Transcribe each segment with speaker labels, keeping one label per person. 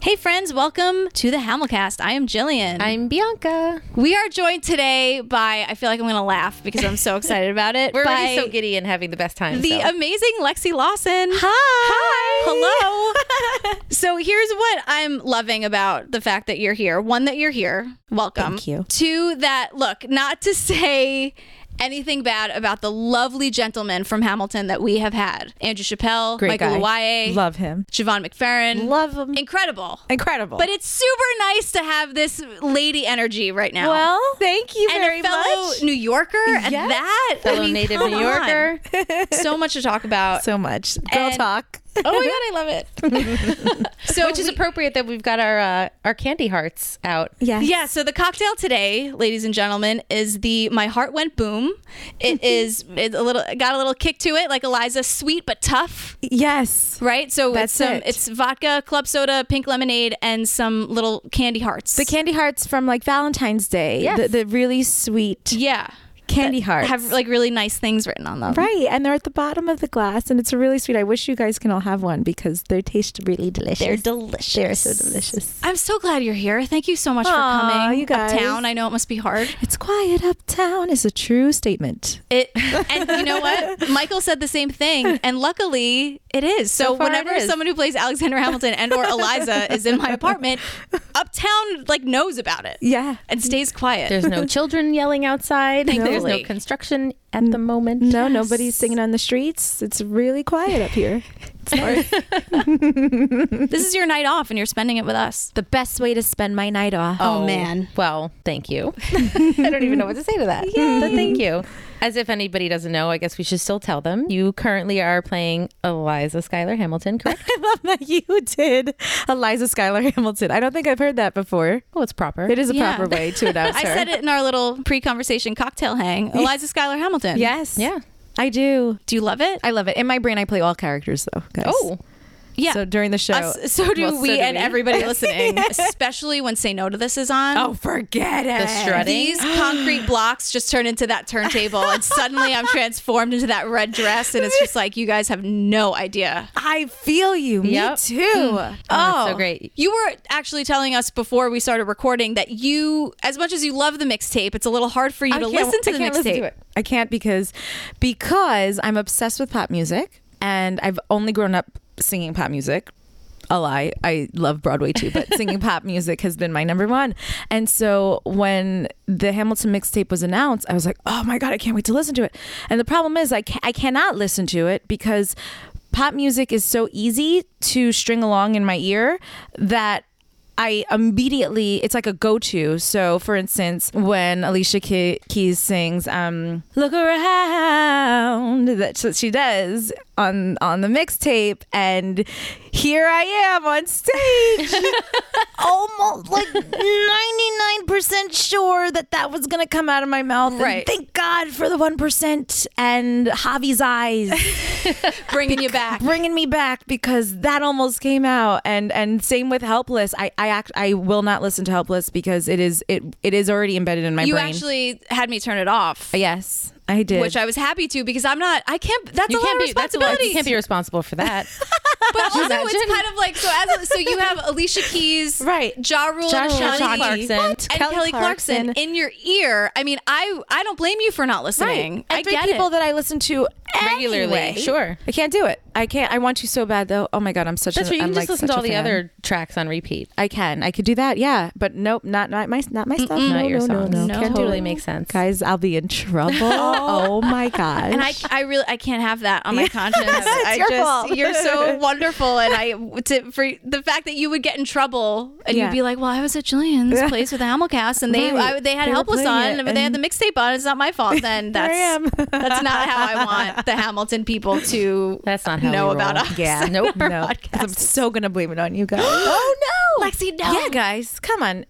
Speaker 1: Hey, friends, welcome to the Hamilcast. I am Jillian.
Speaker 2: I'm Bianca.
Speaker 1: we are joined today by, I feel like I'm going to laugh because I'm so excited about it.
Speaker 2: We're
Speaker 1: by
Speaker 2: already so giddy and having the best time.
Speaker 1: the
Speaker 2: so.
Speaker 1: amazing Lexi Lawson. Hi. Hello. so here's what I'm loving about the fact that you're here. One, that you're here. Welcome.
Speaker 2: Thank you.
Speaker 1: Two, that, look, not to say anything bad about the lovely gentlemen from Hamilton that we have had. Andrew Chappelle,
Speaker 3: Great
Speaker 1: Michael
Speaker 3: guy.
Speaker 1: Luaye,
Speaker 3: Love him.
Speaker 1: Siobhan McFerrin.
Speaker 3: Love him.
Speaker 1: Incredible.
Speaker 3: Incredible.
Speaker 1: But it's super nice to have this lady energy right now.
Speaker 3: well, thank you
Speaker 1: and
Speaker 3: very
Speaker 1: a fellow
Speaker 3: much.
Speaker 1: New Yorker at
Speaker 3: Yes.
Speaker 1: that.
Speaker 2: Fellow native
Speaker 1: come
Speaker 2: New Yorker.
Speaker 1: on. so much to talk about.
Speaker 3: so much. Girl
Speaker 1: And-
Speaker 3: talk.
Speaker 1: oh my god, I love it. so
Speaker 2: which is appropriate that we've got our uh, our candy hearts out.
Speaker 3: Yes.
Speaker 1: yeah, so the cocktail today, ladies and gentlemen, is the My Heart Went Boom. It is it's a little it got a little kick to it, like Eliza, sweet but tough,
Speaker 3: Yes.
Speaker 1: right? So it's
Speaker 3: That's
Speaker 1: some
Speaker 3: it.
Speaker 1: it's vodka, club soda, pink lemonade, and some little candy hearts.
Speaker 3: The candy hearts from like Valentine's Day.
Speaker 2: Yes.
Speaker 3: The, the really sweet
Speaker 1: yeah.
Speaker 3: candy hearts.
Speaker 1: Have like really nice things written on them.
Speaker 3: right. And they're at the bottom of the glass and it's really sweet. I wish you guys can all have one because they taste really delicious. They're delicious. They're so delicious.
Speaker 1: I'm so glad you're here. Thank you so much
Speaker 3: Aw,
Speaker 1: for coming
Speaker 3: you guys.
Speaker 1: uptown. I know it must be hard.
Speaker 3: It's quiet uptown is a true statement.
Speaker 1: It and you know what? Michael said the same thing, and luckily it is. So,
Speaker 2: So far
Speaker 1: whenever
Speaker 2: it is.
Speaker 1: someone who plays Alexander Hamilton and or Eliza is in my apartment, uptown like knows about it
Speaker 3: Yeah.
Speaker 1: and stays quiet.
Speaker 2: There's no children yelling outside. There's no
Speaker 1: Thankfully.
Speaker 2: construction at the moment.
Speaker 3: No, nobody's singing on the streets. It's really quiet up here.
Speaker 1: this is your night off, and you're spending it with us.
Speaker 3: The best way to spend my night off.
Speaker 1: Oh, man.
Speaker 2: Well, thank you. I don't even know what to say to that. Yeah. But thank you. As if anybody doesn't know, I guess we should still tell them. You currently are playing Eliza Schuyler Hamilton, correct?
Speaker 3: I love that you did Eliza Schuyler Hamilton. I don't think I've heard that before.
Speaker 2: oh, it's proper.
Speaker 3: It is a
Speaker 1: Yeah.
Speaker 3: proper way to announce
Speaker 1: I
Speaker 3: her.
Speaker 1: said it in our little pre-conversation cocktail hang. Eliza Schuyler Hamilton.
Speaker 3: Yes.
Speaker 2: Yeah.
Speaker 3: I do.
Speaker 1: Do you love it?
Speaker 3: I love it. In my brain, I play all characters though. Guys.
Speaker 2: Oh,
Speaker 1: Yeah.
Speaker 3: So during the show.
Speaker 1: Us- so do
Speaker 2: Well, so
Speaker 1: we
Speaker 2: do
Speaker 1: and
Speaker 2: we.
Speaker 1: everybody listening, especially when Say No to This is on.
Speaker 3: oh, forget it.
Speaker 2: the strutting.
Speaker 1: These concrete blocks just turn into that turntable, and suddenly I'm transformed into that red dress, and it's just like you guys have no idea. Oh.
Speaker 3: I feel you.
Speaker 2: Yep.
Speaker 3: Me too.
Speaker 2: Oh,
Speaker 3: Mm.
Speaker 2: that's so great.
Speaker 1: You were actually telling us before we started recording that you, as much as you love the mixtape, it's a little hard for you to
Speaker 3: can't-
Speaker 1: listen to
Speaker 3: I
Speaker 1: the
Speaker 3: can't listen to
Speaker 1: mixtape.
Speaker 3: it. I can't because because I'm obsessed with pop music and I've only grown up singing pop music. A lie. I love Broadway too, but singing pop music has been my number one. And so when the Hamilton mixtape was announced, I was like, oh my God, I can't wait to listen to it. And the problem is, I, ca- I cannot listen to it because pop music is so easy to string along in my ear that I immediately it's like a go-to. So for instance, when Alicia Key- Keys sings um look around that's what she does on on the mixtape and here I am on stage. Almost like 99% sure that that was going to come out of my mouth. And
Speaker 1: Right.
Speaker 3: thank God for the 1% and Javi's eyes
Speaker 1: Bringing you back.
Speaker 3: bringing me back because that almost came out and and same with helpless i i act i will not listen to helpless because it is it it is already embedded in my
Speaker 1: You
Speaker 3: brain
Speaker 1: actually had me turn it off,
Speaker 3: yes i did
Speaker 1: which I was happy to because I'm not. I can't. That's
Speaker 2: You
Speaker 1: a lot
Speaker 2: can't
Speaker 1: of
Speaker 2: be. That's a lot.
Speaker 1: responsibility.
Speaker 2: You can't be responsible for that.
Speaker 1: But also, it's
Speaker 2: imagine?
Speaker 1: kind of like so. As so, you have Alicia Keys,
Speaker 3: Right.
Speaker 1: Ja Rule,
Speaker 3: Ja
Speaker 1: and
Speaker 3: Rule,
Speaker 1: Shawnee
Speaker 3: Shawnee.
Speaker 2: Clarkson. What?
Speaker 1: and Kelly,
Speaker 3: Kelly
Speaker 1: Clarkson,
Speaker 3: Clarkson.
Speaker 1: in your ear. I mean, I I don't blame you for not listening.
Speaker 3: right
Speaker 1: I
Speaker 3: Every
Speaker 1: get
Speaker 3: people
Speaker 1: it.
Speaker 3: that i listen to
Speaker 2: Regularly,
Speaker 3: anyway.
Speaker 2: sure.
Speaker 3: i can't do it i can't i want you so bad though oh my god i'm such
Speaker 2: That's
Speaker 3: an-
Speaker 2: right. You
Speaker 3: I'm,
Speaker 2: can just
Speaker 3: like,
Speaker 2: listen to
Speaker 3: such
Speaker 2: all
Speaker 3: a
Speaker 2: the
Speaker 3: fan.
Speaker 2: other tracks on repeat.
Speaker 3: i can i could do that yeah but nope not not my not my stuff
Speaker 2: Not
Speaker 3: no,
Speaker 2: your
Speaker 3: no,
Speaker 2: songs.
Speaker 3: no no
Speaker 1: No.
Speaker 3: can't do
Speaker 2: Totally
Speaker 3: it.
Speaker 2: makes sense.
Speaker 3: guys i'll be in trouble oh my god
Speaker 1: and I, I really I can't have that on my conscience. I
Speaker 3: your
Speaker 1: just
Speaker 3: fault.
Speaker 1: you're so wonderful, and I to, for the fact that you would get in trouble and
Speaker 3: Yeah.
Speaker 1: you'd be like, well, I was at Jillian's place with the Hamilcast, and they
Speaker 3: Right.
Speaker 1: I, they had
Speaker 3: They were
Speaker 1: Helpless
Speaker 3: playing
Speaker 1: on,
Speaker 3: it,
Speaker 1: but they had the
Speaker 3: and-
Speaker 1: mixtape on. It's not my fault. Then
Speaker 3: Here I
Speaker 1: that's
Speaker 3: am.
Speaker 1: that's not how I want the Hamilton people to
Speaker 2: That's not how
Speaker 1: know
Speaker 2: we
Speaker 1: about
Speaker 2: roll.
Speaker 1: us.
Speaker 3: Yeah.
Speaker 1: nope. Our
Speaker 3: No. I'm
Speaker 1: podcast.
Speaker 3: so gonna blame it on you guys. oh no.
Speaker 1: Lexi, no.
Speaker 3: Yeah, guys. Come on.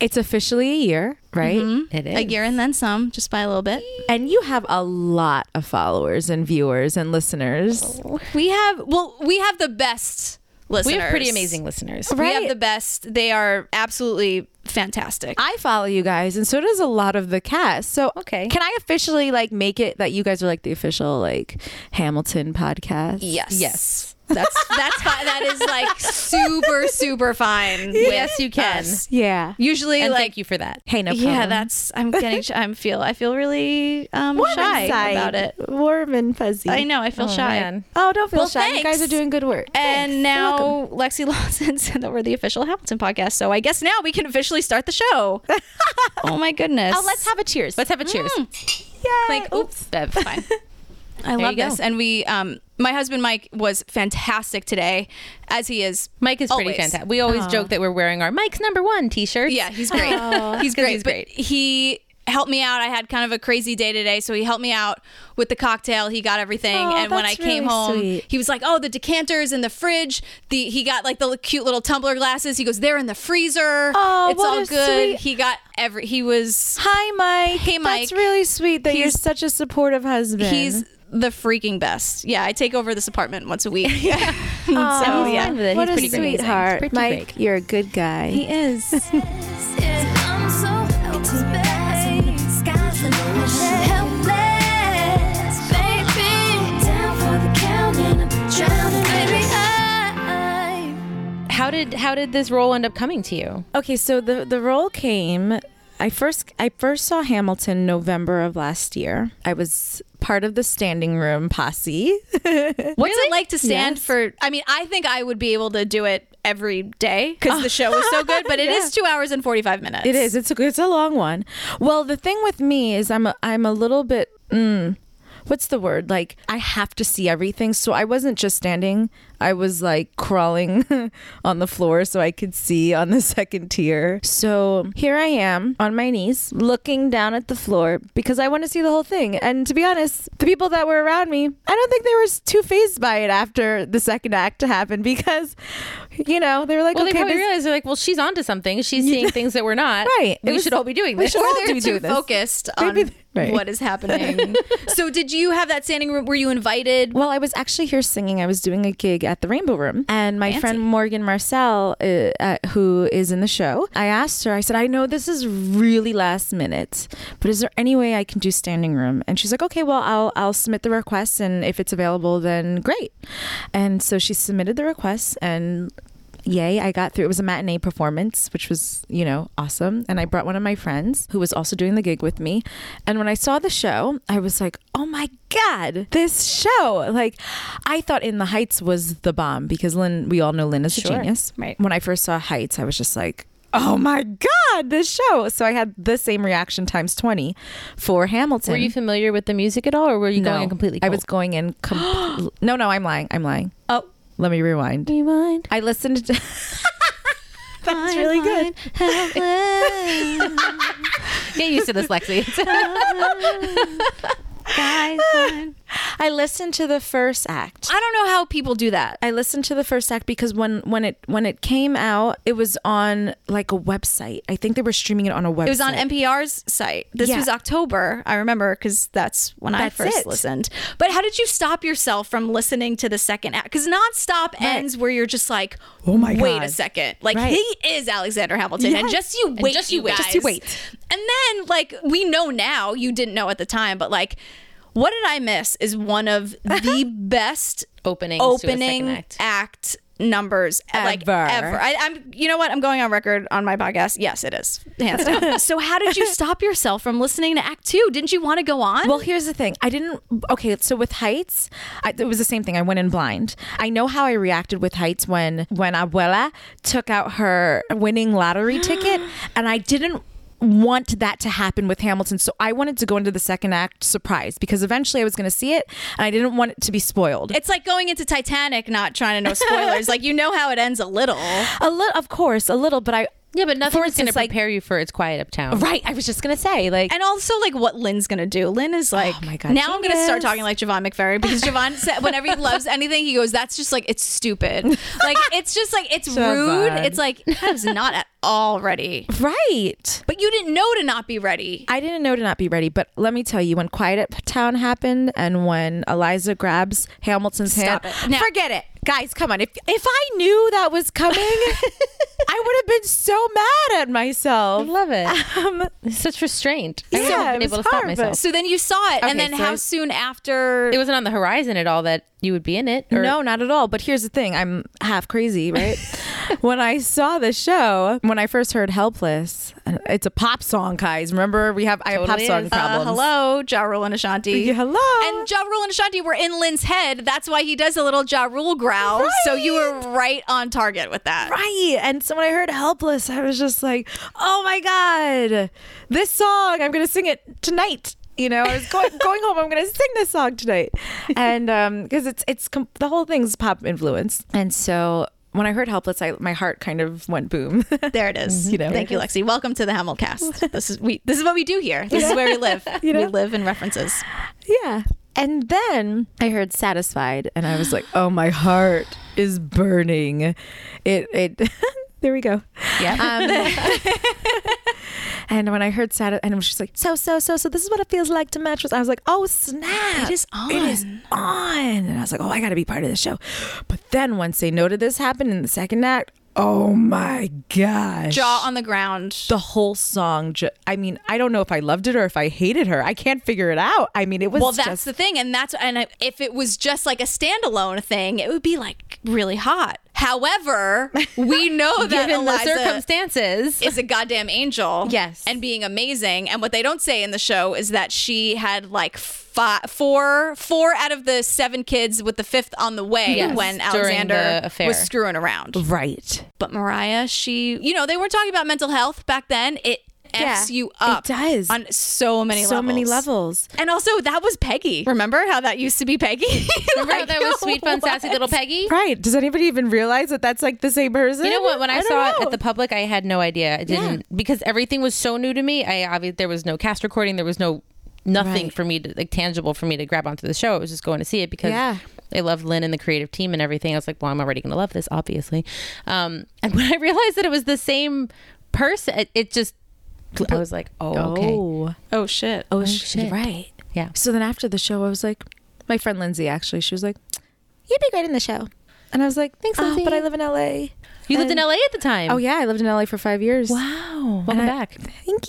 Speaker 3: It's officially a year, right?
Speaker 4: Mm-hmm.
Speaker 2: It is.
Speaker 1: A year and then some, just by a little bit.
Speaker 3: And you have a lot of followers and viewers and listeners.
Speaker 1: We have well, we have the best listeners.
Speaker 2: We have pretty amazing listeners.
Speaker 1: We have
Speaker 3: Right.
Speaker 1: the best. They are absolutely fantastic.
Speaker 3: I follow you guys and so does a lot of the cast. So
Speaker 2: Okay.
Speaker 3: Can I officially like make it that you guys are like the official like Hamilton podcast?
Speaker 1: yes.
Speaker 2: Yes.
Speaker 1: That's that's fine. That is like super super fine.
Speaker 2: Yes,
Speaker 1: with
Speaker 2: you can.
Speaker 1: us.
Speaker 3: Yeah.
Speaker 1: Usually,
Speaker 2: And
Speaker 1: like
Speaker 2: thank you for that.
Speaker 3: Hey, no problem.
Speaker 1: yeah, that's I'm getting sh- I'm feel I feel really um
Speaker 4: Warm
Speaker 1: shy
Speaker 4: inside.
Speaker 1: about it.
Speaker 4: Warm and fuzzy.
Speaker 1: I know I feel shy.
Speaker 2: man.
Speaker 4: Oh, don't feel
Speaker 1: Well,
Speaker 4: shy. You
Speaker 1: thanks.
Speaker 4: guys are doing good work.
Speaker 1: And now Lexi Lawson said that we're the official Hamilton podcast, so I guess now we can officially start the show. oh my goodness!
Speaker 4: Oh, let's have a cheers.
Speaker 2: Let's have a cheers.
Speaker 1: Mm,
Speaker 4: Yay.
Speaker 2: Like, oops, Bev. Fine.
Speaker 1: Hmm. I love
Speaker 2: you go.
Speaker 1: this, and we um my husband Mike was fantastic today, as he is.
Speaker 2: Mike is pretty
Speaker 1: Always.
Speaker 2: fantastic. We always joke that we're wearing our Mike's number one T-shirts.
Speaker 1: Yeah, he's great. he's
Speaker 2: 'Cause
Speaker 1: great.
Speaker 2: he's
Speaker 1: but
Speaker 2: great.
Speaker 1: he helped me out. I had kind of a crazy day today, so he helped me out with the cocktail. He got everything,
Speaker 4: Oh,
Speaker 1: and when I
Speaker 4: that's
Speaker 1: came
Speaker 4: really
Speaker 1: home,
Speaker 4: sweet.
Speaker 1: he was like, "Oh, the decanters in the fridge. The he got like the li- cute little tumbler glasses. He goes, they're in the freezer.
Speaker 4: Oh,
Speaker 1: it's
Speaker 4: what
Speaker 1: all
Speaker 4: a
Speaker 1: good.
Speaker 4: sweet-
Speaker 1: He got every. He was
Speaker 4: Hi, Mike.
Speaker 1: Hey, Mike.
Speaker 4: That's really sweet that you're
Speaker 1: He's-
Speaker 4: such a supportive husband.
Speaker 1: he's the freaking best. Yeah, I take over this apartment once a week. Yeah, so
Speaker 4: Aw,
Speaker 2: he's
Speaker 1: Oh, yeah,
Speaker 2: fine with it.
Speaker 4: What
Speaker 2: Oh, He's
Speaker 4: a
Speaker 2: pretty great. He's
Speaker 4: sweetheart,
Speaker 2: pretty
Speaker 4: Mike.
Speaker 2: great.
Speaker 4: You're a good guy.
Speaker 1: he is.
Speaker 5: I'm so helpless. Sky's the limit. Helpless, baby. Down for the count and I'm drowning. Baby, I-
Speaker 2: How did how did this role end up coming to you?
Speaker 3: Okay, so the the role came. I first I first saw Hamilton November of last year. I was part of the standing room posse.
Speaker 1: What's it like to stand for? I mean, I think I would be able to do it every day because the show is so good, but it is two hours and 45 minutes.
Speaker 3: It is. It's a it's a long one. Well, the thing with me is I'm a, I'm a little bit mm, what's the word? Like I have to see everything. So I wasn't just standing. I was like crawling on the floor so I could see on the second tier. So here I am on my knees looking down at the floor because I want to see the whole thing. And to be honest, the people that were around me, I don't think they were too phased by it after the second act happened because you know, they were like
Speaker 2: Well,
Speaker 3: okay,
Speaker 2: they probably
Speaker 3: this-
Speaker 2: realized they're like, well, she's onto something. She's seeing things that we're not.
Speaker 3: Right. It
Speaker 2: We
Speaker 3: was-
Speaker 2: should all be doing
Speaker 3: we
Speaker 2: this.
Speaker 3: should all
Speaker 1: They're
Speaker 3: do
Speaker 1: too
Speaker 3: this.
Speaker 1: focused
Speaker 3: Maybe
Speaker 1: on
Speaker 3: th- right.
Speaker 1: what is happening. so, did you have that standing room? Were you invited?
Speaker 3: Well, I was actually here singing. I was doing a gig at the Rainbow Room, and my
Speaker 1: Fancy.
Speaker 3: friend Morgan Marcel, uh, uh, who is in the show, I asked her. I said, "I know this is really last minute, but is there any way I can do standing room?" And she's like, "Okay, well, I'll I'll submit the request, and if it's available, then great." And so she submitted the request, and yay i got through it was a matinee performance which was you know awesome and i brought one of my friends who was also doing the gig with me and when i saw the show i was like oh my god this show like i thought in the heights was the bomb because lynn we all know lynn is a genius
Speaker 1: Right.
Speaker 3: when i first saw heights i was just like oh my god this show so i had the same reaction times 20 for hamilton
Speaker 2: Were you familiar with the music at all, or were you
Speaker 3: No.
Speaker 2: going in completely?
Speaker 3: i was going in com- no no i'm lying i'm lying
Speaker 1: Oh.
Speaker 3: let me rewind
Speaker 2: rewind.
Speaker 3: i listened to
Speaker 4: That's really good.
Speaker 2: Get used to this, Lexi.
Speaker 3: I listened to the first act.
Speaker 1: I don't know how people do that.
Speaker 3: I listened to the first act because when when it when it came out, it was on like a website. I think they were streaming it on a website.
Speaker 1: It was on NPR's site. This
Speaker 3: Yeah.
Speaker 1: was October. I remember because that's when
Speaker 3: That's
Speaker 1: I first
Speaker 3: it.
Speaker 1: listened. But how did you stop yourself from listening to the second act? Because nonstop ends where you're just like,
Speaker 3: Oh my
Speaker 1: wait a
Speaker 3: God.
Speaker 1: second. Like
Speaker 3: Right.
Speaker 1: he is Alexander Hamilton, and
Speaker 3: Yes.
Speaker 1: just you wait,
Speaker 2: just
Speaker 1: you
Speaker 2: you wait.
Speaker 1: guys.
Speaker 2: Just
Speaker 3: you wait.
Speaker 1: And then like we know now, you didn't know at the time, but like. What did I miss is one of the best
Speaker 2: Openings to a second
Speaker 1: opening
Speaker 2: act.
Speaker 1: act numbers like
Speaker 3: Ever.
Speaker 1: ever. I, I'm you know what? I'm going on record on my podcast. Yes, it is hands down. so how did you stop yourself from listening to Act Two? Didn't you want to go on?
Speaker 3: Well, here's the thing. I didn't. Okay, so with Heights, I, it was the same thing. I went in blind. I know how I reacted with Heights when when Abuela took out her winning lottery ticket, and I didn't want that to happen with Hamilton. So I wanted to go into the second act surprised because eventually I was going to see it, and I didn't want it to be spoiled.
Speaker 1: it's like going into Titanic, not trying to know spoilers. like you know how it ends a little.
Speaker 3: a little, of course, a little, but I.
Speaker 2: yeah, but nothing's going to
Speaker 3: instance, like-
Speaker 2: prepare you for its quiet uptown.
Speaker 3: Right, I was just gonna say, like,
Speaker 1: And also, like, what Lynn's gonna do? Lynn is like,
Speaker 3: Oh my God,
Speaker 1: now I'm gonna start
Speaker 3: genius.
Speaker 1: talking like Javon McFerry because Javon, said, whenever he loves anything, he goes, "That's just like it's stupid. Like it's just like it's rude.
Speaker 3: Javon.
Speaker 1: It's like that is not at all ready."
Speaker 3: right.
Speaker 1: But you didn't know to not be ready.
Speaker 3: I didn't know to not be ready, but let me tell you, when Quiet Town happened and when Eliza grabs Hamilton's
Speaker 1: Stop it.
Speaker 3: hand,
Speaker 1: Now-
Speaker 3: forget it. Guys, come on. If if I knew that was coming, I would have been so mad at
Speaker 2: I
Speaker 3: myself.
Speaker 2: love it.
Speaker 3: Um,
Speaker 2: Such restraint. I
Speaker 3: Yeah,
Speaker 2: would not
Speaker 3: it
Speaker 2: been able
Speaker 3: was
Speaker 2: to stop
Speaker 3: hard, but-
Speaker 2: myself.
Speaker 1: So then you saw it, and
Speaker 2: Okay,
Speaker 1: then
Speaker 2: so
Speaker 1: how
Speaker 2: I-
Speaker 1: soon after?
Speaker 2: It wasn't on the horizon at all that you would be in it. or-
Speaker 3: no, not at all. But here's the thing: I'm half crazy, right? when I saw the show, when I first heard "Helpless," it's a pop song, guys. Remember, we have I have pop
Speaker 2: Totally
Speaker 3: song
Speaker 2: is. Uh,
Speaker 1: uh,
Speaker 3: problems.
Speaker 1: hello, Ja Rule and Ashanti.
Speaker 3: Yeah, hello.
Speaker 1: And Ja Rule and Ashanti were in Lynn's head. That's why he does a little Ja Rule growl. So you were right on target with that.
Speaker 3: right. And so when I heard "Helpless," I was just like, "Oh my god, this song! I'm gonna sing it tonight." You know, I was going going home. I'm gonna sing this song tonight, and um, because it's it's com- the whole thing's pop influence, and so. When I heard "Helpless," I, my heart kind of went boom.
Speaker 1: There it is.
Speaker 3: Mm-hmm. You know.
Speaker 1: Thank you, Lexi. Welcome to the Hamilcast. this is we. This is what we do here. This is where we live. We live in references.
Speaker 3: Yeah. And then I heard satisfied and I was like, "Oh, my heart is burning." It it There we go. Yeah. Um, and when I heard sat and I was just like, "So so so so this is what it feels like to match with." I was like, "Oh, snap."
Speaker 1: It is
Speaker 3: It is on. And I was like, "Oh, I got to be part of the show." But then once they noted this happened in the second act, oh my gosh.
Speaker 1: Jaw on the ground.
Speaker 3: the whole song ju- I mean, I don't know if I loved it or if I hated her. I can't figure it out. I mean, it was
Speaker 1: Well, that's
Speaker 3: just
Speaker 1: the thing, and that's and I- if it was just like a standalone thing, it would be like really hot. However, we know that
Speaker 2: Given the
Speaker 1: Eliza
Speaker 2: circumstances.
Speaker 1: is a goddamn angel.
Speaker 2: Yes.
Speaker 1: And being amazing. And what they don't say in the show is that she had like fi four, four out of the seven kids with the fifth on the way
Speaker 2: Yes,
Speaker 1: when
Speaker 2: during
Speaker 1: Alexander
Speaker 2: the affair.
Speaker 1: was screwing around.
Speaker 3: Right.
Speaker 1: But Mariah, she, you know, they were talking about mental health back then. It F's you up.
Speaker 3: it does.
Speaker 1: On so many
Speaker 3: so
Speaker 1: levels.
Speaker 3: many levels.
Speaker 1: And also, that was Peggy. Remember how that used to be Peggy?
Speaker 2: Remember how
Speaker 1: Like,
Speaker 2: that was sweet, fun, sassy
Speaker 1: what?
Speaker 2: little Peggy?
Speaker 3: Right. Does anybody even realize that that's like the same person?
Speaker 2: You know what? When I,
Speaker 3: don't
Speaker 2: saw it
Speaker 3: know.
Speaker 2: at the public, I had no idea. I didn't because everything was so new to me. I obviously there was no cast recording. There was no nothing
Speaker 3: Right.
Speaker 2: for me to like tangible for me to grab onto the show. I was just going to see it because
Speaker 3: Yeah.
Speaker 2: I loved Lynn and the creative team and everything. I was like, well, I'm already going to love this, obviously. Um, and when I realized that it was the same person, it, it just I was like, oh, okay,
Speaker 3: Oh,
Speaker 1: Oh, shit.
Speaker 3: oh, shit. Right.
Speaker 2: yeah.
Speaker 3: So then after the show, I was like, my friend Lindsay actually, she was like, you'd be great in the show. And I was like, thanks, Lindsay. but I live in LA.
Speaker 2: You lived in LA at the time.
Speaker 3: Oh, yeah. I lived in LA for five years.
Speaker 2: Wow. Welcome
Speaker 3: And I-
Speaker 2: back.
Speaker 3: Thank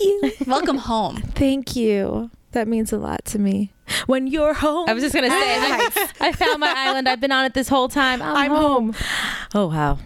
Speaker 3: you.
Speaker 1: Welcome home.
Speaker 3: Thank you. That means a lot to me. When you're home,
Speaker 2: I was just gonna say, I, I found my island. I've been on it this whole time. I'm,
Speaker 3: I'm
Speaker 2: home.
Speaker 3: home. Oh, wow.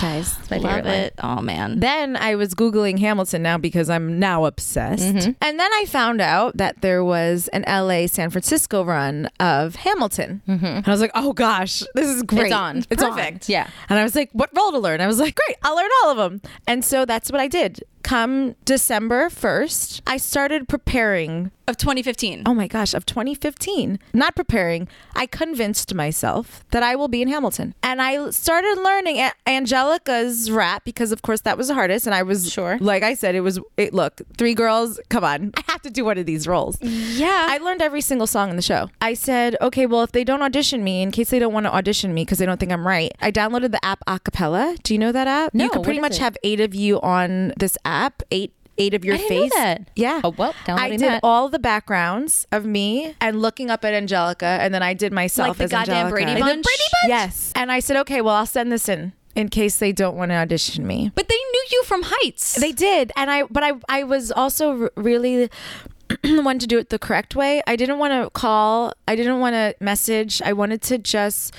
Speaker 3: Guys,
Speaker 2: My
Speaker 1: Love
Speaker 2: favorite line.
Speaker 1: it. Oh, man.
Speaker 3: Then I was Googling Hamilton now because I'm now obsessed. And then I found out that there was an LA San Francisco run of Hamilton. And I was like, oh gosh, this is great.
Speaker 2: on.
Speaker 1: Perfect.
Speaker 2: Yeah.
Speaker 3: And I was like, what role to learn? I was like, great, I'll learn all of them. And so that's what I did. Come December 1st, I started preparing.
Speaker 1: Of 2015.
Speaker 3: Oh my gosh, of 2015. Not preparing. I convinced myself that I will be in Hamilton. And I started learning A- Angelica's rap because, of course, that was the hardest. And I was
Speaker 2: Sure.
Speaker 3: like I said, it was, it, look, three girls, come on. I have to do one of these roles.
Speaker 1: Yeah.
Speaker 3: I learned every single song in the show. I said, okay, well, if they don't audition me, in case they don't want to audition me because they don't think I'm right, I downloaded the app Acapella. Do you know that app?
Speaker 2: No,
Speaker 3: you could
Speaker 2: what
Speaker 3: pretty
Speaker 2: is
Speaker 3: much
Speaker 2: it?
Speaker 3: have eight of you on this app, eight eight of your
Speaker 2: I didn't know
Speaker 3: face.
Speaker 2: that.
Speaker 3: Yeah.
Speaker 2: Oh, well,
Speaker 3: I
Speaker 2: downloading
Speaker 3: did
Speaker 2: that.
Speaker 3: all the backgrounds of me and looking up at Angelica, and then I did myself
Speaker 1: Like the
Speaker 3: as
Speaker 1: goddamn
Speaker 3: Angelica.
Speaker 1: Brady
Speaker 3: Like the
Speaker 1: Bunch?
Speaker 3: Brady Bunch? Yes. And I said, okay, well, I'll send this in in case they don't want to audition me.
Speaker 1: but they knew you from Heights.
Speaker 3: They did, and I but I I was also r- really wanted to do it the correct way. I didn't want to call. I didn't want to message. I wanted to just.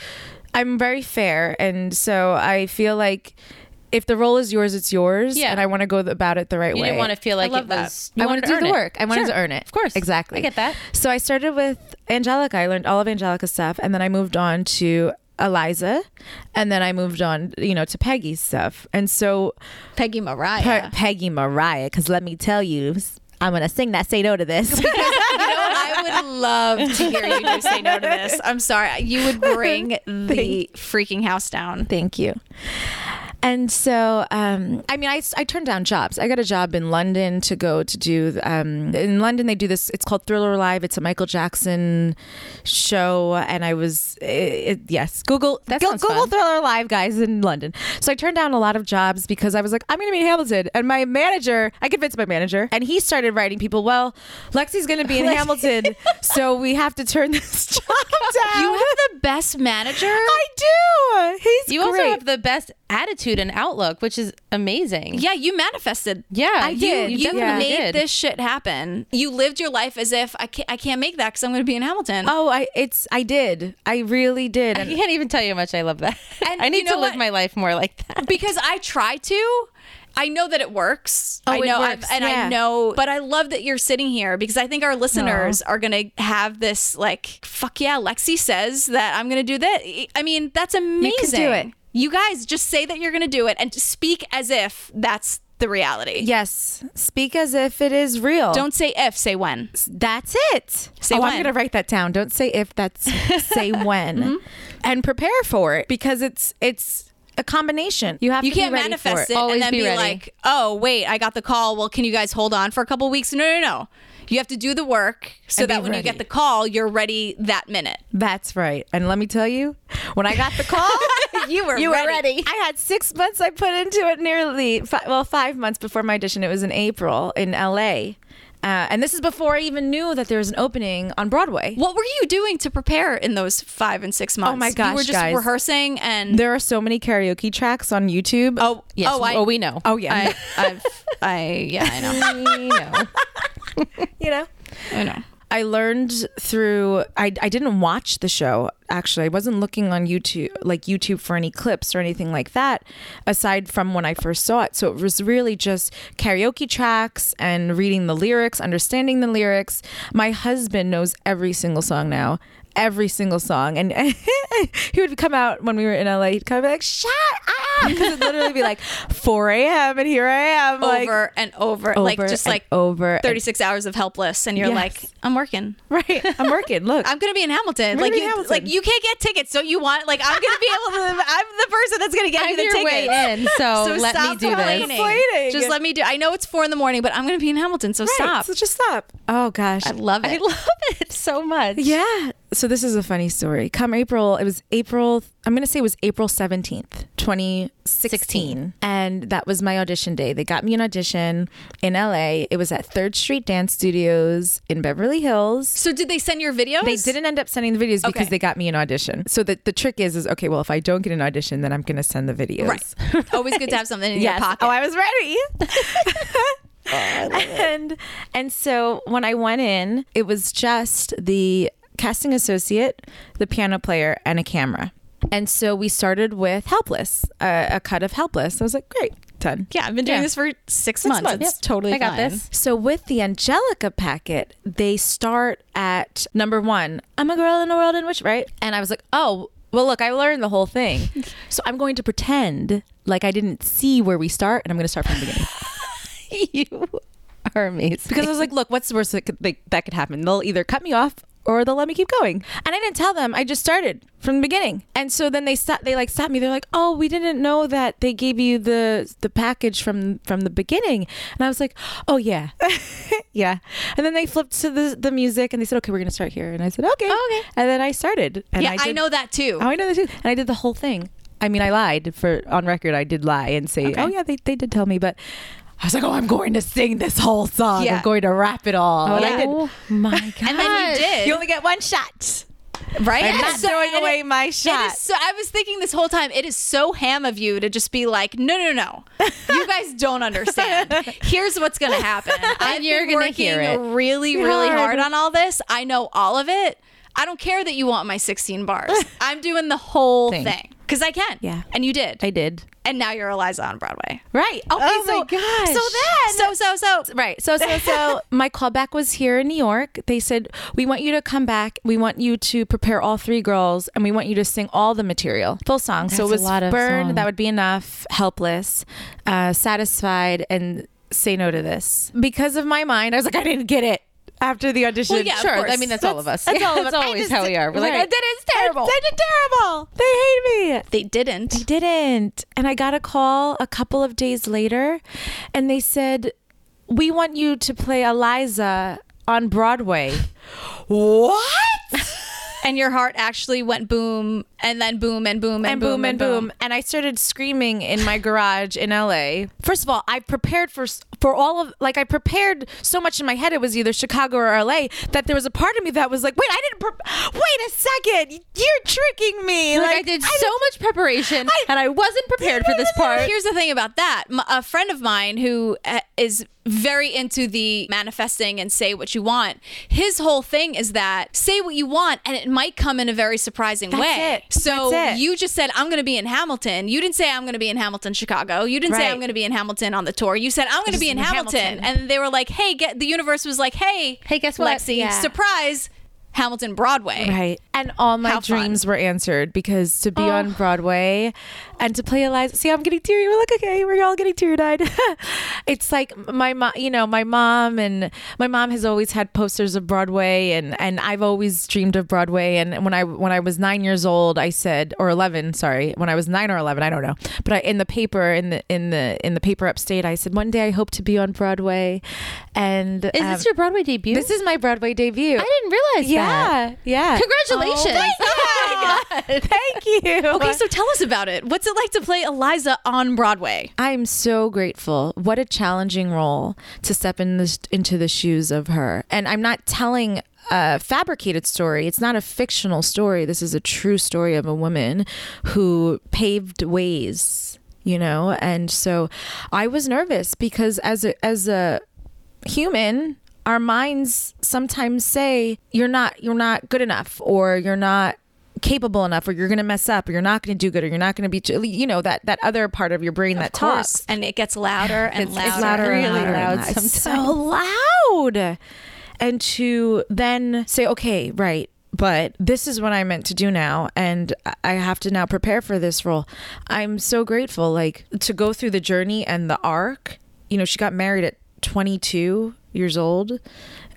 Speaker 3: I'm very fair, and so I feel like if the role is yours, it's yours.
Speaker 2: Yeah.
Speaker 3: and I want to go th- about it the right
Speaker 2: You
Speaker 3: way.
Speaker 2: didn't want to feel like
Speaker 1: love
Speaker 2: it
Speaker 1: that.
Speaker 2: was. you
Speaker 3: I wanted
Speaker 2: wanted
Speaker 3: to do
Speaker 2: earn
Speaker 3: the
Speaker 2: it.
Speaker 3: work. I wanted
Speaker 2: Sure.
Speaker 3: to earn it.
Speaker 2: Of course.
Speaker 3: Exactly.
Speaker 2: I get that.
Speaker 3: So I started with Angelica. I learned all of Angelica's stuff, and then I moved on to Eliza, and then I moved on, you know, to Peggy's stuff. And so
Speaker 1: Peggy Mariah.
Speaker 3: Pe- Peggy Mariah, because let me tell you, I'm gonna sing that say no to this.
Speaker 1: You know, I would love to hear you do say no to this. I'm sorry. You would bring the freaking house down.
Speaker 3: Thank you. And so, um, I mean, I, I turned down jobs. I got a job in London to go to do, um, in London, they do this, it's called Thriller Live. It's a Michael Jackson show. And I was, it, it, yes, Google,
Speaker 2: That
Speaker 3: Go-
Speaker 2: sounds
Speaker 3: Google
Speaker 2: fun.
Speaker 3: Thriller Live guys in London. So I turned down a lot of jobs because I was like, I'm going to be in Hamilton. And my manager, I convinced my manager, and he started writing people, well, Lexi's going to be in Hamilton. So we have to turn this job down.
Speaker 1: You have the best manager.
Speaker 3: I do. He's
Speaker 2: You
Speaker 3: great.
Speaker 2: also have the best attitude and outlook, which is amazing.
Speaker 1: Yeah, you manifested.
Speaker 2: Yeah,
Speaker 1: I
Speaker 2: you-
Speaker 1: did.
Speaker 2: you
Speaker 1: You,
Speaker 2: definitely
Speaker 1: made
Speaker 2: did.
Speaker 1: this shit happen. You lived your life as if I can't, I can't make that because I'm going to be in Hamilton.
Speaker 3: Oh, I it's I did. I really did.
Speaker 2: I
Speaker 3: And
Speaker 2: can't even tell you how much I love that.
Speaker 1: And
Speaker 2: I need
Speaker 1: you know
Speaker 2: to live
Speaker 1: what?
Speaker 2: my life more like that.
Speaker 1: because I try to. I know that it works.
Speaker 3: Oh,
Speaker 1: I
Speaker 3: it
Speaker 1: know,
Speaker 3: works,
Speaker 1: I've- and
Speaker 3: yeah.
Speaker 1: I know, but I love that you're sitting here because I think our listeners are gonna have this like, fuck yeah, Lexi says that I'm gonna do that. I mean, that's amazing.
Speaker 3: do it.
Speaker 1: You guys just say that you're gonna do it and speak as if that's the reality.
Speaker 3: yes, speak as if it is real.
Speaker 1: Don't say if, say when.
Speaker 3: That's it.
Speaker 1: Say
Speaker 3: oh, I'm
Speaker 1: when. Mm-hmm.
Speaker 3: gonna write that down. Don't say if. That's say when, and prepare for it because it's it's a combination. You have
Speaker 1: You
Speaker 3: to be
Speaker 1: can't
Speaker 3: ready
Speaker 1: manifest
Speaker 3: for
Speaker 1: it
Speaker 3: it.
Speaker 2: Always
Speaker 1: and then
Speaker 2: be
Speaker 1: be,
Speaker 2: ready.
Speaker 1: like, oh wait, I got the call. Well, can you guys hold on for a couple weeks? No, no, no. You have to do the work so
Speaker 3: And be
Speaker 1: that when you
Speaker 3: ready.
Speaker 1: get the call, you're ready that minute.
Speaker 3: That's right. And let me tell you, when I got the call,
Speaker 1: You were ready.
Speaker 3: I had six months I put into it nearly, fi- well, five months before my audition. It was in April in LA. Uh, and this is before I even knew that there was an opening on Broadway.
Speaker 1: What were you doing to prepare in those five and six
Speaker 2: Oh
Speaker 1: months?
Speaker 3: my
Speaker 1: you were
Speaker 3: gosh,
Speaker 1: just
Speaker 3: guys.
Speaker 1: rehearsing and
Speaker 3: There are so many karaoke tracks on YouTube.
Speaker 1: oh
Speaker 2: Yes.
Speaker 1: oh I,
Speaker 2: oh, we know.
Speaker 3: oh yeah.
Speaker 1: I, I've I yeah I know
Speaker 2: we know.
Speaker 3: you know.
Speaker 1: I know.
Speaker 3: I learned through I, I didn't watch the show actually. I wasn't looking on YouTube like YouTube for any clips or anything like that aside from when I first saw it. So it was really just karaoke tracks and reading the lyrics, understanding the lyrics. My husband knows every single song now. Every single song, and he would come out when we were in LA. He'd come and be like, "Shut up!" because it'd literally be like 4 a.m. and here I am, like
Speaker 1: over and over, like
Speaker 3: over
Speaker 1: just
Speaker 3: and
Speaker 1: like
Speaker 3: over and-
Speaker 1: thirty six hours of helpless, and you're
Speaker 3: Yes.
Speaker 1: like, I'm working.
Speaker 3: right. I'm working. Look,
Speaker 1: I'm gonna be in Hamilton.
Speaker 3: gonna
Speaker 1: Like
Speaker 3: be
Speaker 1: you,
Speaker 3: in Hamilton.
Speaker 1: like you can't get tickets. Don't you want? Like I'm gonna be able to. I'm the person that's gonna get
Speaker 2: I'm
Speaker 1: you the
Speaker 2: your
Speaker 1: tickets.
Speaker 2: way in, so, let me
Speaker 1: stop
Speaker 2: do this.
Speaker 1: complaining.
Speaker 3: Complaining.
Speaker 1: Just let me do. I know it's four in the morning, but I'm gonna be in Hamilton. So stop.
Speaker 3: So just stop. Oh gosh.
Speaker 1: I love
Speaker 2: I
Speaker 1: it.
Speaker 2: love it so much.
Speaker 3: yeah. So this is a funny story. Come April, it was April I'm going to say it was April 17th, 2016. And that was my audition day. They got me an audition in LA. It was at 3rd Street Dance Studios in Beverly Hills.
Speaker 1: So did they send your videos?
Speaker 3: They didn't end up sending the videos because
Speaker 1: Okay.
Speaker 3: they got me an audition. So the, the trick is is okay, well if I don't get an audition then I'm going to send the videos.
Speaker 1: Right. Always good to have something in
Speaker 3: yes.
Speaker 1: your pocket.
Speaker 3: Oh, I was ready. and and so when I went in, it was just the casting associate, the piano player, and a camera. And so we started with Helpless, uh, a cut of Helpless. I was like, great, done.
Speaker 1: yeah, I've been doing this for six, months.
Speaker 3: months.
Speaker 1: It's
Speaker 3: Yep.
Speaker 1: totally
Speaker 2: I got
Speaker 1: fine.
Speaker 2: this.
Speaker 3: So with the Angelica packet, they start at number one. I'm a girl in a world in which right, and I was like, oh. Well, look, I learned the whole thing. So I'm going to pretend like I didn't see where we start, and I'm going to start from the beginning.
Speaker 2: you are amazing.
Speaker 3: because I was like, look, what's the worst that could, like, that could happen? They'll either cut me off or they'll let me keep going. And I didn't tell them. I just started from the beginning. And so then they stopped. They like stopped me. They're like, oh, we didn't know that they gave you the the package from from the beginning. And I was like, oh yeah, yeah. And then they flipped to the the music and they said, okay, we're gonna start here. And I said, okay,
Speaker 1: Okay.
Speaker 3: And then I started. And
Speaker 1: yeah, I,
Speaker 3: did-
Speaker 1: know that too.
Speaker 3: Oh, I know that too. And I did the whole thing. I mean, I lied for on record. I did lie and say, "Oh yeah, they, they did tell me," but I was like, "Oh, I'm going to sing this whole song.
Speaker 1: Yeah.
Speaker 3: I'm going to rap it all." And I did.
Speaker 2: Oh my god!
Speaker 1: and then you did.
Speaker 3: You only get one shot.
Speaker 1: right?
Speaker 3: I'm
Speaker 1: And
Speaker 3: not
Speaker 1: so-
Speaker 3: throwing
Speaker 1: and it-
Speaker 3: away my
Speaker 1: It
Speaker 3: shot.
Speaker 1: is so, I was thinking this whole time, it is so ham of you to just be like, no, no, no. You guys don't understand. Here's what's going to happen. I've
Speaker 2: you're
Speaker 1: been
Speaker 2: gonna
Speaker 1: working
Speaker 2: hear it.
Speaker 1: really, really
Speaker 3: Hard.
Speaker 1: hard on all this. I know all of it. I don't care that you want my 16 bars. I'm doing the whole
Speaker 3: Thing.
Speaker 1: thing because I can.
Speaker 3: Yeah.
Speaker 1: And you did.
Speaker 3: I did.
Speaker 1: and now you're Eliza on Broadway.
Speaker 3: Right. Okay,
Speaker 2: Oh
Speaker 3: so,
Speaker 2: my gosh.
Speaker 3: So then,
Speaker 1: So, so, so.
Speaker 3: Right. So so so my callback was here in New York. They said, "We want you to come back. We want you to prepare all three girls and we want you to sing all the material, full song." so it
Speaker 2: That's a
Speaker 3: was
Speaker 2: lot of
Speaker 3: Burn,
Speaker 2: song.
Speaker 3: that would be enough, Helpless, uh, Satisfied and Say No to This. Because of my mind, I was like, "I didn't get it." after the audition.
Speaker 1: Well, yeah, of
Speaker 2: sure.
Speaker 1: course.
Speaker 2: I mean, that's, all of us.
Speaker 3: That's all of
Speaker 2: That's
Speaker 3: us. I
Speaker 2: always
Speaker 3: just
Speaker 2: how
Speaker 3: did-
Speaker 2: we are. We're like,
Speaker 3: Right.
Speaker 2: I did it. It's terrible.
Speaker 3: I did terrible. They hate me.
Speaker 1: They didn't.
Speaker 3: I didn't. And I got a call a couple of days later, and they said, We want you to play Eliza on Broadway. what?
Speaker 1: And your heart actually went boom and then boom and boom and,
Speaker 3: And boom, and boom. And I started screaming in my garage in LA. First of all, I prepared for s- for all of like I prepared so much in my head it was either Chicago or LA that there was a part of me that was like, "Wait, I didn't pre- Wait a second. You're tricking me."
Speaker 2: Like, I did so much preparation,
Speaker 3: I-
Speaker 2: and I wasn't prepared for this part.
Speaker 1: Here's the thing about that. M- A friend of mine who uh, is very into the manifesting and say what you want, his whole thing is that say what you want and it might come in a very surprising way.
Speaker 3: it.
Speaker 1: So
Speaker 3: That's it.
Speaker 1: you just said, I'm going to be in Hamilton. You didn't say, I'm going to be in Hamilton, Chicago. You didn't say,
Speaker 3: Right.
Speaker 1: I'm going to be in Hamilton on the tour. You said, I'm going to be in Hamilton. And they were like, hey, get, the universe was like, hey,
Speaker 2: Hey, guess what?
Speaker 1: Lexi,
Speaker 2: Yeah.
Speaker 1: surprise, Hamilton Broadway.
Speaker 3: Right. And all my
Speaker 1: How fun.
Speaker 3: dreams were answered because to be
Speaker 2: Oh.
Speaker 3: on Broadway and to play Eliza. See, I'm getting teary. We're like, okay, we're all getting teary eyed. it's like my mom, you know, my mom and my mom has always had posters of Broadway and, and I've always dreamed of Broadway. And when I, when I was nine years old, I said, or 11, sorry, when I was nine or 11, I don't know, but I, in the paper, in the, in the, in the paper upstate, I said, one day I hope to be on Broadway. And
Speaker 2: Is
Speaker 3: um,
Speaker 2: this your Broadway debut?
Speaker 3: this is my Broadway debut.
Speaker 2: I didn't realize that.
Speaker 3: yeah, yeah.
Speaker 2: Congratulations. Oh, my God.
Speaker 3: Thank you.
Speaker 1: Okay, so tell us about it. What's it like to play Eliza on Broadway?
Speaker 3: I'm so grateful. What a challenging role to step in this, into the shoes of her. And I'm not telling a fabricated story. It's not a fictional story. This is a true story of a woman who paved ways, you know? And so I was nervous because as a as a human our minds sometimes say you're not you're not good enough or you're not capable enough or you're going to mess up or you're not going to do good or you're not going to be t- you know that that other part of your brain that talks
Speaker 1: and it gets louder and louder.
Speaker 3: it's louder and
Speaker 2: Really
Speaker 3: louder
Speaker 2: loud
Speaker 3: and louder. It's so loud. And to then say, okay, right, but this is what I'm meant to do now, and I- I have to now prepare for this role. I'm so grateful, like to go through the journey and the arc. You know, she got married at 22 years old,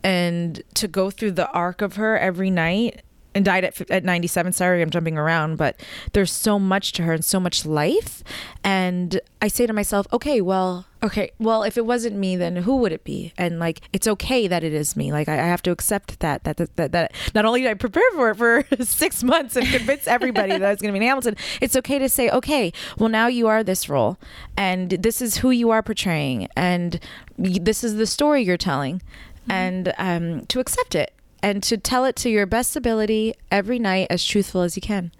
Speaker 3: and to go through the arc of her every night. And died at, f- at 97. Sorry, I'm jumping around, but there's so much to her and so much life. And I say to myself, okay, well, okay, well, if it wasn't me, then who would it be? And like, it's okay that it is me. Like, I, I have to accept that, that, that, that, that not only did I prepare for it for six months and convince everybody that I was going to be in Hamilton, it's okay to say, okay, well, now you are this role and this is who you are portraying and y- this is the story you're telling and um, to accept it and to tell it to your best ability every night as truthful as you can.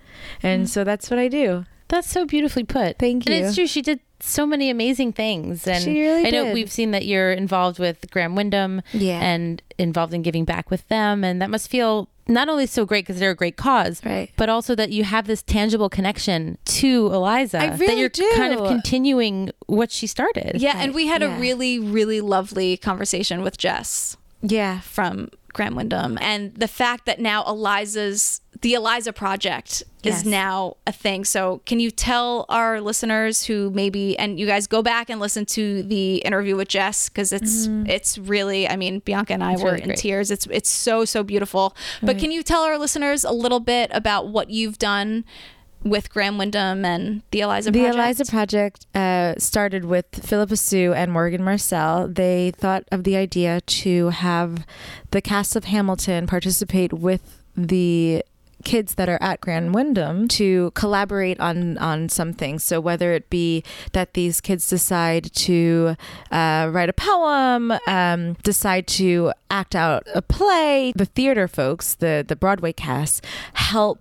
Speaker 3: And so that's what I do.
Speaker 2: That's so beautifully put.
Speaker 3: Thank
Speaker 2: And it's
Speaker 3: you.
Speaker 2: true. She did so many amazing things. And
Speaker 3: She really
Speaker 2: I know
Speaker 3: did.
Speaker 2: we've seen that you're involved with Graham Wyndham
Speaker 3: Yeah.
Speaker 2: and involved in giving back with them. And that must feel not only so great because they're a great cause,
Speaker 3: Right.
Speaker 2: but also that you have this tangible connection to Eliza.
Speaker 3: I
Speaker 2: That
Speaker 3: really
Speaker 2: you're kind of
Speaker 3: do.
Speaker 2: continuing what she started.
Speaker 1: Yeah, and we had
Speaker 3: yeah.
Speaker 1: a really, really lovely conversation with Jess
Speaker 3: Yeah.
Speaker 1: from Graham Wyndham, and the fact that now Eliza's the Eliza Project
Speaker 3: Yes.
Speaker 1: is now a thing. So, can you tell our listeners who maybe and you guys go back and listen to the interview with Jess because it's it's really, I mean, Bianca and I were
Speaker 2: really
Speaker 1: in
Speaker 2: great.
Speaker 1: tears. It's it's so so beautiful. But can you tell our listeners a little bit about what you've done? With Graham Wyndham and the Eliza
Speaker 3: the
Speaker 1: Project.
Speaker 3: Eliza Project uh, started with Philippa Sue and Morgan Marcel. They thought of the idea to have the cast of Hamilton participate with the kids that are at Grand Wyndham to collaborate on on something. So whether it be that these kids decide to uh, write a poem, um, decide to act out a play, the theater folks, the the Broadway cast, help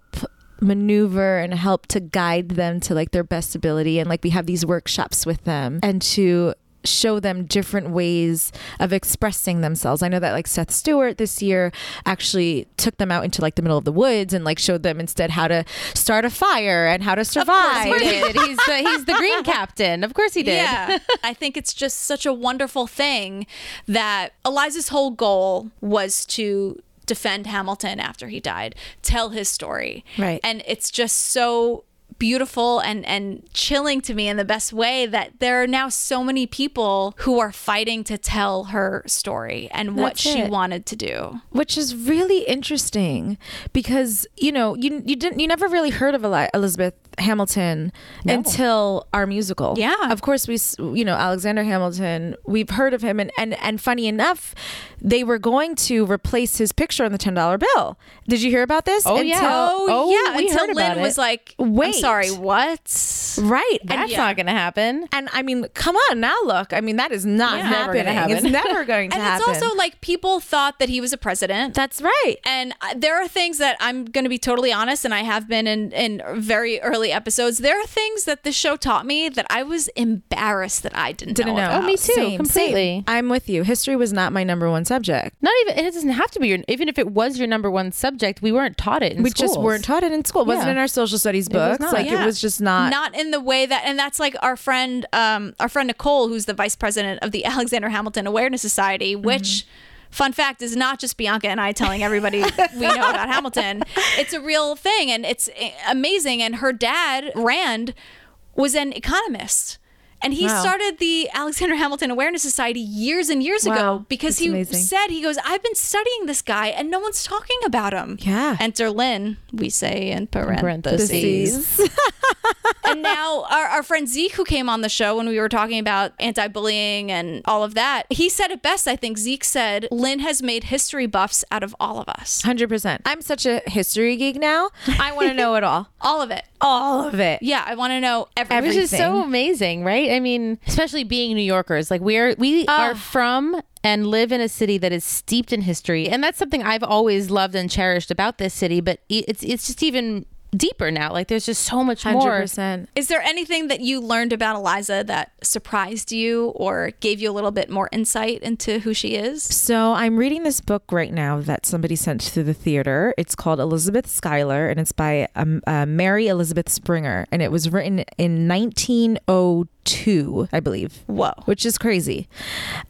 Speaker 3: maneuver and help to guide them to like their best ability and like we have these workshops with them and to show them different ways of expressing themselves. I know that like Seth Stewart this year actually took them out into like the middle of the woods and like showed them instead how to start a fire and how to survive.
Speaker 2: Of course he did. He's the, he's the green captain. Of course he did.
Speaker 1: Yeah. I think it's just such a wonderful thing that Eliza's whole goal was to defend Hamilton after he died, tell his story.
Speaker 3: Right.
Speaker 1: And it's just so beautiful and and chilling to me in the best way that there are now so many people who are fighting to tell her story and what
Speaker 3: That's
Speaker 1: she
Speaker 3: it.
Speaker 1: wanted to do.
Speaker 3: which is really interesting because you know you you didn't you never really heard of Eli- Elizabeth Hamilton until our musical.
Speaker 1: Yeah.
Speaker 3: of course we s- you know Alexander Hamilton. We've heard of him and and and funny enough, they were going to replace his picture on the ten dollar bill. Did you hear about this?
Speaker 2: Oh, yeah.
Speaker 3: Until-
Speaker 2: Oh,
Speaker 1: yeah,
Speaker 2: we
Speaker 1: until
Speaker 2: heard
Speaker 1: Lynn
Speaker 2: about
Speaker 1: was
Speaker 2: it.
Speaker 1: like, "Wait, I'm
Speaker 3: Wait.
Speaker 1: sorry, what?"
Speaker 3: right.
Speaker 2: That's not going to happen.
Speaker 3: And I mean, come on now. Look, I mean, that is not
Speaker 2: Yeah. Never
Speaker 3: happening.
Speaker 2: gonna
Speaker 3: It's
Speaker 2: happen.
Speaker 3: never going to
Speaker 1: And
Speaker 3: happen.
Speaker 1: it's also like people thought that he was a president.
Speaker 3: that's right.
Speaker 1: and I- there are things that I'm going to be totally honest, and I have been in, in very early episodes. There are things that this show taught me that I was embarrassed that I didn't,
Speaker 3: Didn't know.
Speaker 1: About.
Speaker 2: Oh, me too,
Speaker 3: Same, same.
Speaker 2: completely.
Speaker 3: I'm with you. History was not my number one subject.
Speaker 2: Not even it doesn't have to be your even if it was your number one subject, we weren't taught it. In
Speaker 3: we just
Speaker 2: schools.
Speaker 3: weren't taught it in school. It wasn't
Speaker 2: Yeah.
Speaker 3: in our social studies
Speaker 2: was
Speaker 3: books.
Speaker 2: not.
Speaker 3: like
Speaker 1: Oh, Yeah.
Speaker 3: it was just not.
Speaker 1: not in the way that and that's like our friend um our friend Nicole who's the vice president of the Alexander Hamilton Awareness Society
Speaker 3: Mm-hmm.
Speaker 1: which fun fact is not just Bianca and I telling everybody we know about Hamilton it's a real thing and it's eh, amazing and her dad Rand was an economist and he
Speaker 3: Wow.
Speaker 1: started the Alexander Hamilton Awareness Society years and years ago
Speaker 3: Wow.
Speaker 1: because
Speaker 3: That's
Speaker 1: he
Speaker 3: amazing.
Speaker 1: said he goes I've been studying this guy and no one's talking about him.
Speaker 3: Yeah.
Speaker 1: Enter Lynn, we say in
Speaker 2: parentheses.
Speaker 1: parentheses and now our, our friend Zeke, who came on the show when we were talking about anti bullying and all of that, he said it best. I think Zeke said, Lynn has made history buffs out of all of us.
Speaker 3: Hundred percent. I'm such a history geek now. I want to know it all,
Speaker 1: All of it.
Speaker 3: all of it.
Speaker 1: Yeah, I want to know everything.
Speaker 2: Which is so
Speaker 3: everything.
Speaker 2: amazing, right? I mean, especially being New Yorkers, like we're we
Speaker 1: Ah.
Speaker 2: are from and live in a city that is steeped in history, and that's something I've always loved and cherished about this city. But i- it's it's just even deeper now. Like there's just so much
Speaker 3: Hundred
Speaker 2: more.
Speaker 3: percent.
Speaker 1: Is there anything that you learned about Eliza that surprised you or gave you a little bit more insight into who she is?
Speaker 3: So I'm reading this book right now that somebody sent to the theater. It's called Elizabeth Schuyler, and it's by um, uh, Mary Elizabeth Springer, and it was written in 1902, I believe. Whoa, which is crazy.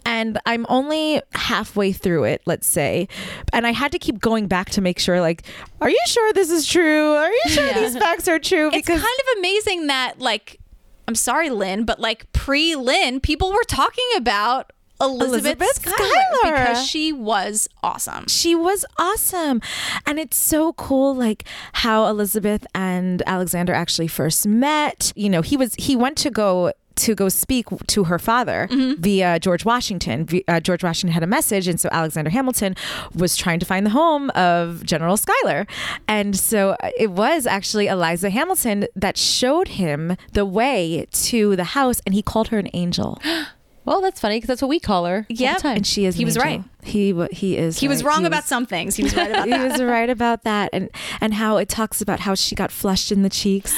Speaker 3: And I'm only halfway through it, let's say, and I had to keep going back to make sure. Like, are you sure this is true? Are you sure these facts are true?
Speaker 1: It's kind of amazing that, like, I'm sorry, Lynn, but like pre Lynn, people were talking about Elizabeth,
Speaker 3: Elizabeth
Speaker 1: Schuyler,
Speaker 3: Schuyler.
Speaker 1: because she was awesome.
Speaker 3: She was awesome. And it's so cool like how Elizabeth and Alexander actually first met. You know, he was he went to go to go speak to her father
Speaker 1: Mm-hmm.
Speaker 3: via George Washington. V- uh, George Washington had a message, and so Alexander Hamilton was trying to find the home of General Schuyler. And so uh, it was actually Eliza Hamilton that showed him the way to the house, and he called her an angel.
Speaker 2: Well, that's funny because that's what we call her. all the
Speaker 1: Yep.
Speaker 2: time.
Speaker 3: And she is.
Speaker 1: He
Speaker 3: an
Speaker 1: was
Speaker 3: angel.
Speaker 1: right.
Speaker 3: He wa- he is.
Speaker 1: He was
Speaker 3: right.
Speaker 1: wrong about some things. He was right about
Speaker 3: he was right about that and and how it talks about how she got flushed in the cheeks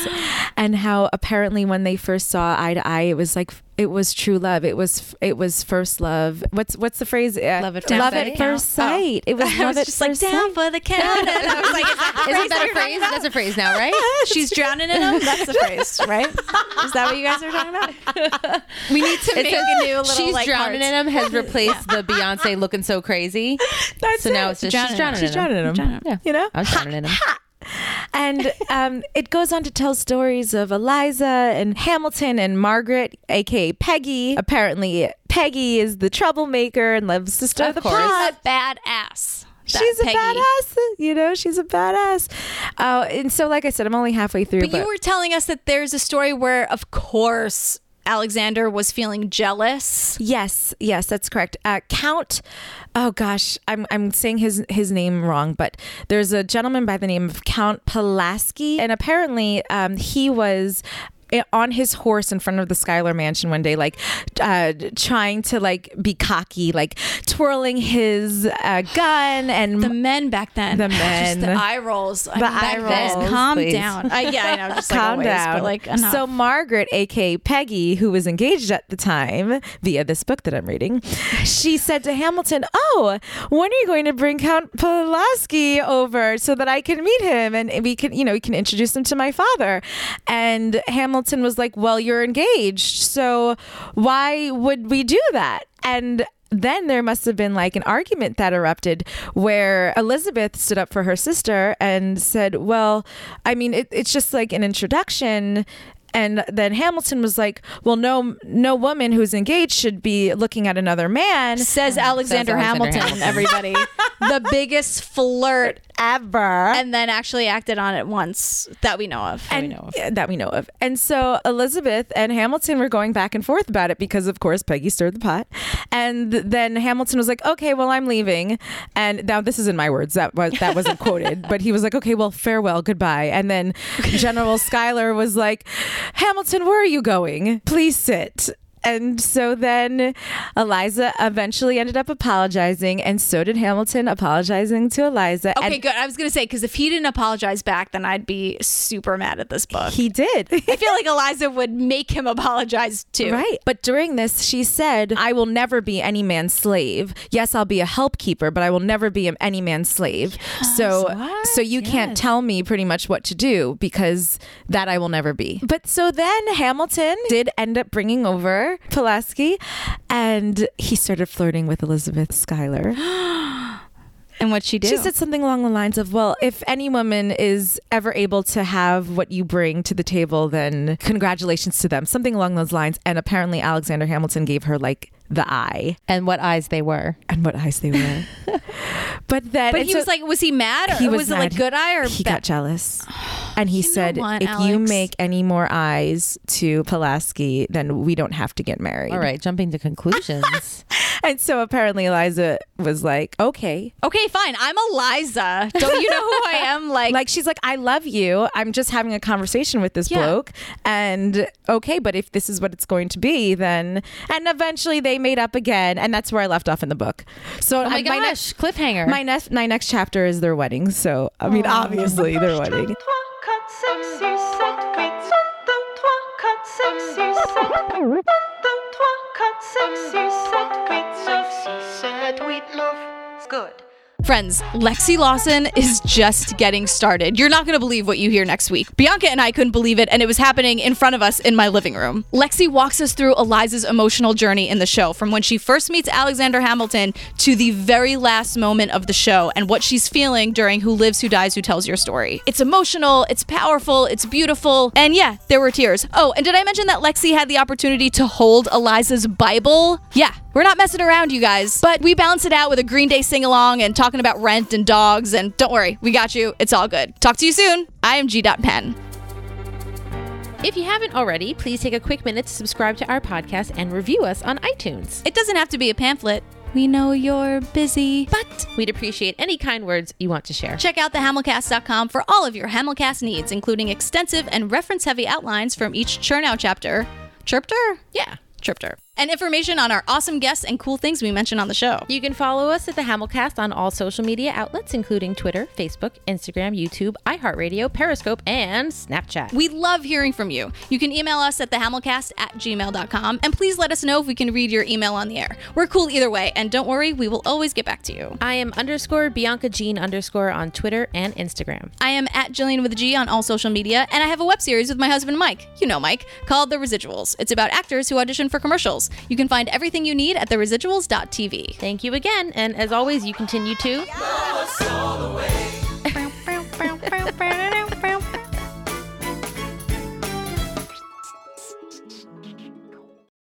Speaker 3: and how apparently when they first saw eye to eye it was like it was true love it was it was first love what's what's the phrase Uh,
Speaker 2: Love at
Speaker 3: love
Speaker 2: first
Speaker 3: at
Speaker 2: sight.
Speaker 3: first sight it was
Speaker 1: I
Speaker 3: love
Speaker 1: was
Speaker 3: at
Speaker 1: just like
Speaker 3: first
Speaker 1: down
Speaker 3: sight
Speaker 1: for the count. And I was like, is that the phrase
Speaker 2: Isn't that
Speaker 1: you're talking
Speaker 2: a phrase?
Speaker 1: about?
Speaker 2: That's a phrase now, right?
Speaker 1: She's drowning in them. That's the phrase, right? Is that what you guys are talking about? We need to make a new little
Speaker 2: She's
Speaker 1: like
Speaker 2: drowning
Speaker 1: parts.
Speaker 2: in him has replaced the Beyonce looking so crazy. so now it's just she's drowning
Speaker 3: she's drowning in him
Speaker 2: Yeah.
Speaker 3: you know
Speaker 2: I'm drowning in him.
Speaker 3: and um, it goes on to tell stories of Eliza and Hamilton and Margaret, aka Peggy. Apparently, Peggy is the troublemaker and loves sister of,
Speaker 2: Of
Speaker 3: the
Speaker 2: course.
Speaker 3: pot.
Speaker 1: a Uh, badass. That
Speaker 3: she's
Speaker 1: Peggy.
Speaker 3: a badass. You know, she's a badass. Uh, and so, like I said, I'm only halfway through.
Speaker 1: But you were telling us that there's a story where, of course, Alexander was feeling jealous.
Speaker 3: yes, yes, that's correct. Uh, Count. Oh gosh, I'm I'm saying his his name wrong, but there's a gentleman by the name of Count Pulaski, and apparently um, he was. i- On his horse in front of the Schuyler Mansion one day, like uh, trying to like be cocky, like twirling his uh, gun and
Speaker 1: The men back then.
Speaker 3: Mm. The
Speaker 1: Just the
Speaker 3: men.
Speaker 1: eye rolls. I
Speaker 3: The
Speaker 1: mean,
Speaker 3: eye
Speaker 1: back then.
Speaker 3: rolls,
Speaker 1: Calm
Speaker 2: please.
Speaker 1: down. I, yeah, I know. Just like
Speaker 3: calm
Speaker 1: always,
Speaker 3: down.
Speaker 1: But like, enough.
Speaker 3: So Margaret, aka Peggy, who was engaged at the time via this book that I'm reading, she said to Hamilton, "Oh, when are you going to bring Count Pulaski over so that I can meet him and we can, you know, we can introduce him to my father?" And Hamilton was like, "Well, you're engaged, so why would we do that?" And then there must have been like an argument that erupted where Elizabeth stood up for her sister and said, Well, I mean, it, it's just like an introduction. And then Hamilton was like, "Well, no, no woman who's engaged should be looking at another man."
Speaker 1: Says Alexander,
Speaker 2: Alexander
Speaker 1: Hamilton, everybody. the biggest flirt
Speaker 3: Ever
Speaker 1: and then actually acted on it once that we know of.
Speaker 3: and yeah, that we know of. And so Elizabeth and Hamilton were going back and forth about it because, of course, Peggy stirred the pot. And then Hamilton was like, "Okay, well, I'm leaving." And now this is in my words that was that wasn't quoted, but he was like, "Okay, well, farewell, goodbye." And then General Schuyler was like, "Hamilton, where are you going? Please sit." And so then Eliza eventually ended up apologizing, and so did Hamilton apologizing to Eliza.
Speaker 1: okay,
Speaker 3: and
Speaker 1: good. I was gonna say because if he didn't apologize back, then I'd be super mad at this book.
Speaker 3: he did.
Speaker 1: I feel like Eliza would make him apologize too.
Speaker 3: Right. But during this, she said, I will never be any man's slave. Yes, I'll be a help keeper, but I will never be a- any man's slave. so so you can't tell me pretty much what to do because that I will never be. But so then Hamilton did end up bringing over Pulaski and he started flirting with Elizabeth Schuyler.
Speaker 1: And what she did.
Speaker 3: She said something along the lines of, "Well, if any woman is ever able to have what you bring to the table, then congratulations to them." Something along those lines. And apparently, Alexander Hamilton gave her like the eye
Speaker 2: and what eyes they were.
Speaker 3: and what eyes they were. but then,
Speaker 1: but
Speaker 3: and
Speaker 1: he
Speaker 3: so
Speaker 1: was like, was he mad or
Speaker 3: he was
Speaker 1: was, it like
Speaker 3: mad.
Speaker 1: good eye or
Speaker 3: he
Speaker 1: bad?
Speaker 3: got jealous, and he
Speaker 1: know
Speaker 3: said,
Speaker 1: what,
Speaker 3: "If you
Speaker 1: Alex?
Speaker 3: make any more eyes to Pulaski, then we don't have to get married."
Speaker 2: All right, jumping to conclusions.
Speaker 3: And so apparently, Eliza was like, "Okay."
Speaker 1: Okay, fine. I'm Eliza. Don't you know who I am? Like,
Speaker 3: like she's like i love you i'm just having a conversation with this
Speaker 1: Yeah.
Speaker 3: bloke and okay but if this is what it's going to be then and eventually they made up again and that's where i left off in the book so
Speaker 2: oh my
Speaker 3: I-
Speaker 2: gosh,
Speaker 3: next
Speaker 2: cliffhanger.
Speaker 3: my next my next chapter is their wedding so i mean obviously their wedding
Speaker 1: friends, Lexi Lawson is just getting started. You're not going to believe what you hear next week. Bianca and I couldn't believe it, and it was happening in front of us in my living room. Lexi walks us through Eliza's emotional journey in the show from when she first meets Alexander Hamilton to the very last moment of the show and what she's feeling during Who Lives, Who Dies, Who Tells Your Story. It's emotional, it's powerful, it's beautiful, and yeah, there were tears. Oh, and did I mention that Lexi had the opportunity to hold Eliza's Bible? Yeah. We're not messing around, you guys. But we balance it out with a Green Day sing along and talking about rent and dogs. And don't worry, we got you. It's all good. Talk to you soon. I am G. Penn.
Speaker 2: if you haven't already, please take a quick minute to subscribe to our podcast and review us on iTunes.
Speaker 1: It doesn't have to be a pamphlet. We know you're busy, but
Speaker 2: We'd appreciate any kind words you want to share.
Speaker 1: check out thehamilcast.com for all of your Hamilcast needs, including extensive and reference heavy outlines from each Churnow chapter. Chirpter?
Speaker 2: Yeah.
Speaker 1: Chirpter. And information on our awesome guests and cool things we mention on the show.
Speaker 2: You can follow us at the Hamilcast on all social media outlets, including Twitter, Facebook, Instagram, YouTube, iHeartRadio, Periscope, and Snapchat.
Speaker 1: We love hearing from you. You can email us at thehamilcast at gmail.com and please let us know if we can read your email on the air. We're cool either way, and don't worry, we will always get back to you.
Speaker 2: I am underscore Bianca Jean underscore on Twitter and Instagram.
Speaker 1: I am at Jillian with a G on all social media, and I have a web series with my husband Mike, you know Mike, called The Residuals. It's about actors who audition for commercials. You can find everything you need at theresiduals.tv.
Speaker 2: Thank you again, and as always, you continue to.
Speaker 5: bow, bow, bow, bow.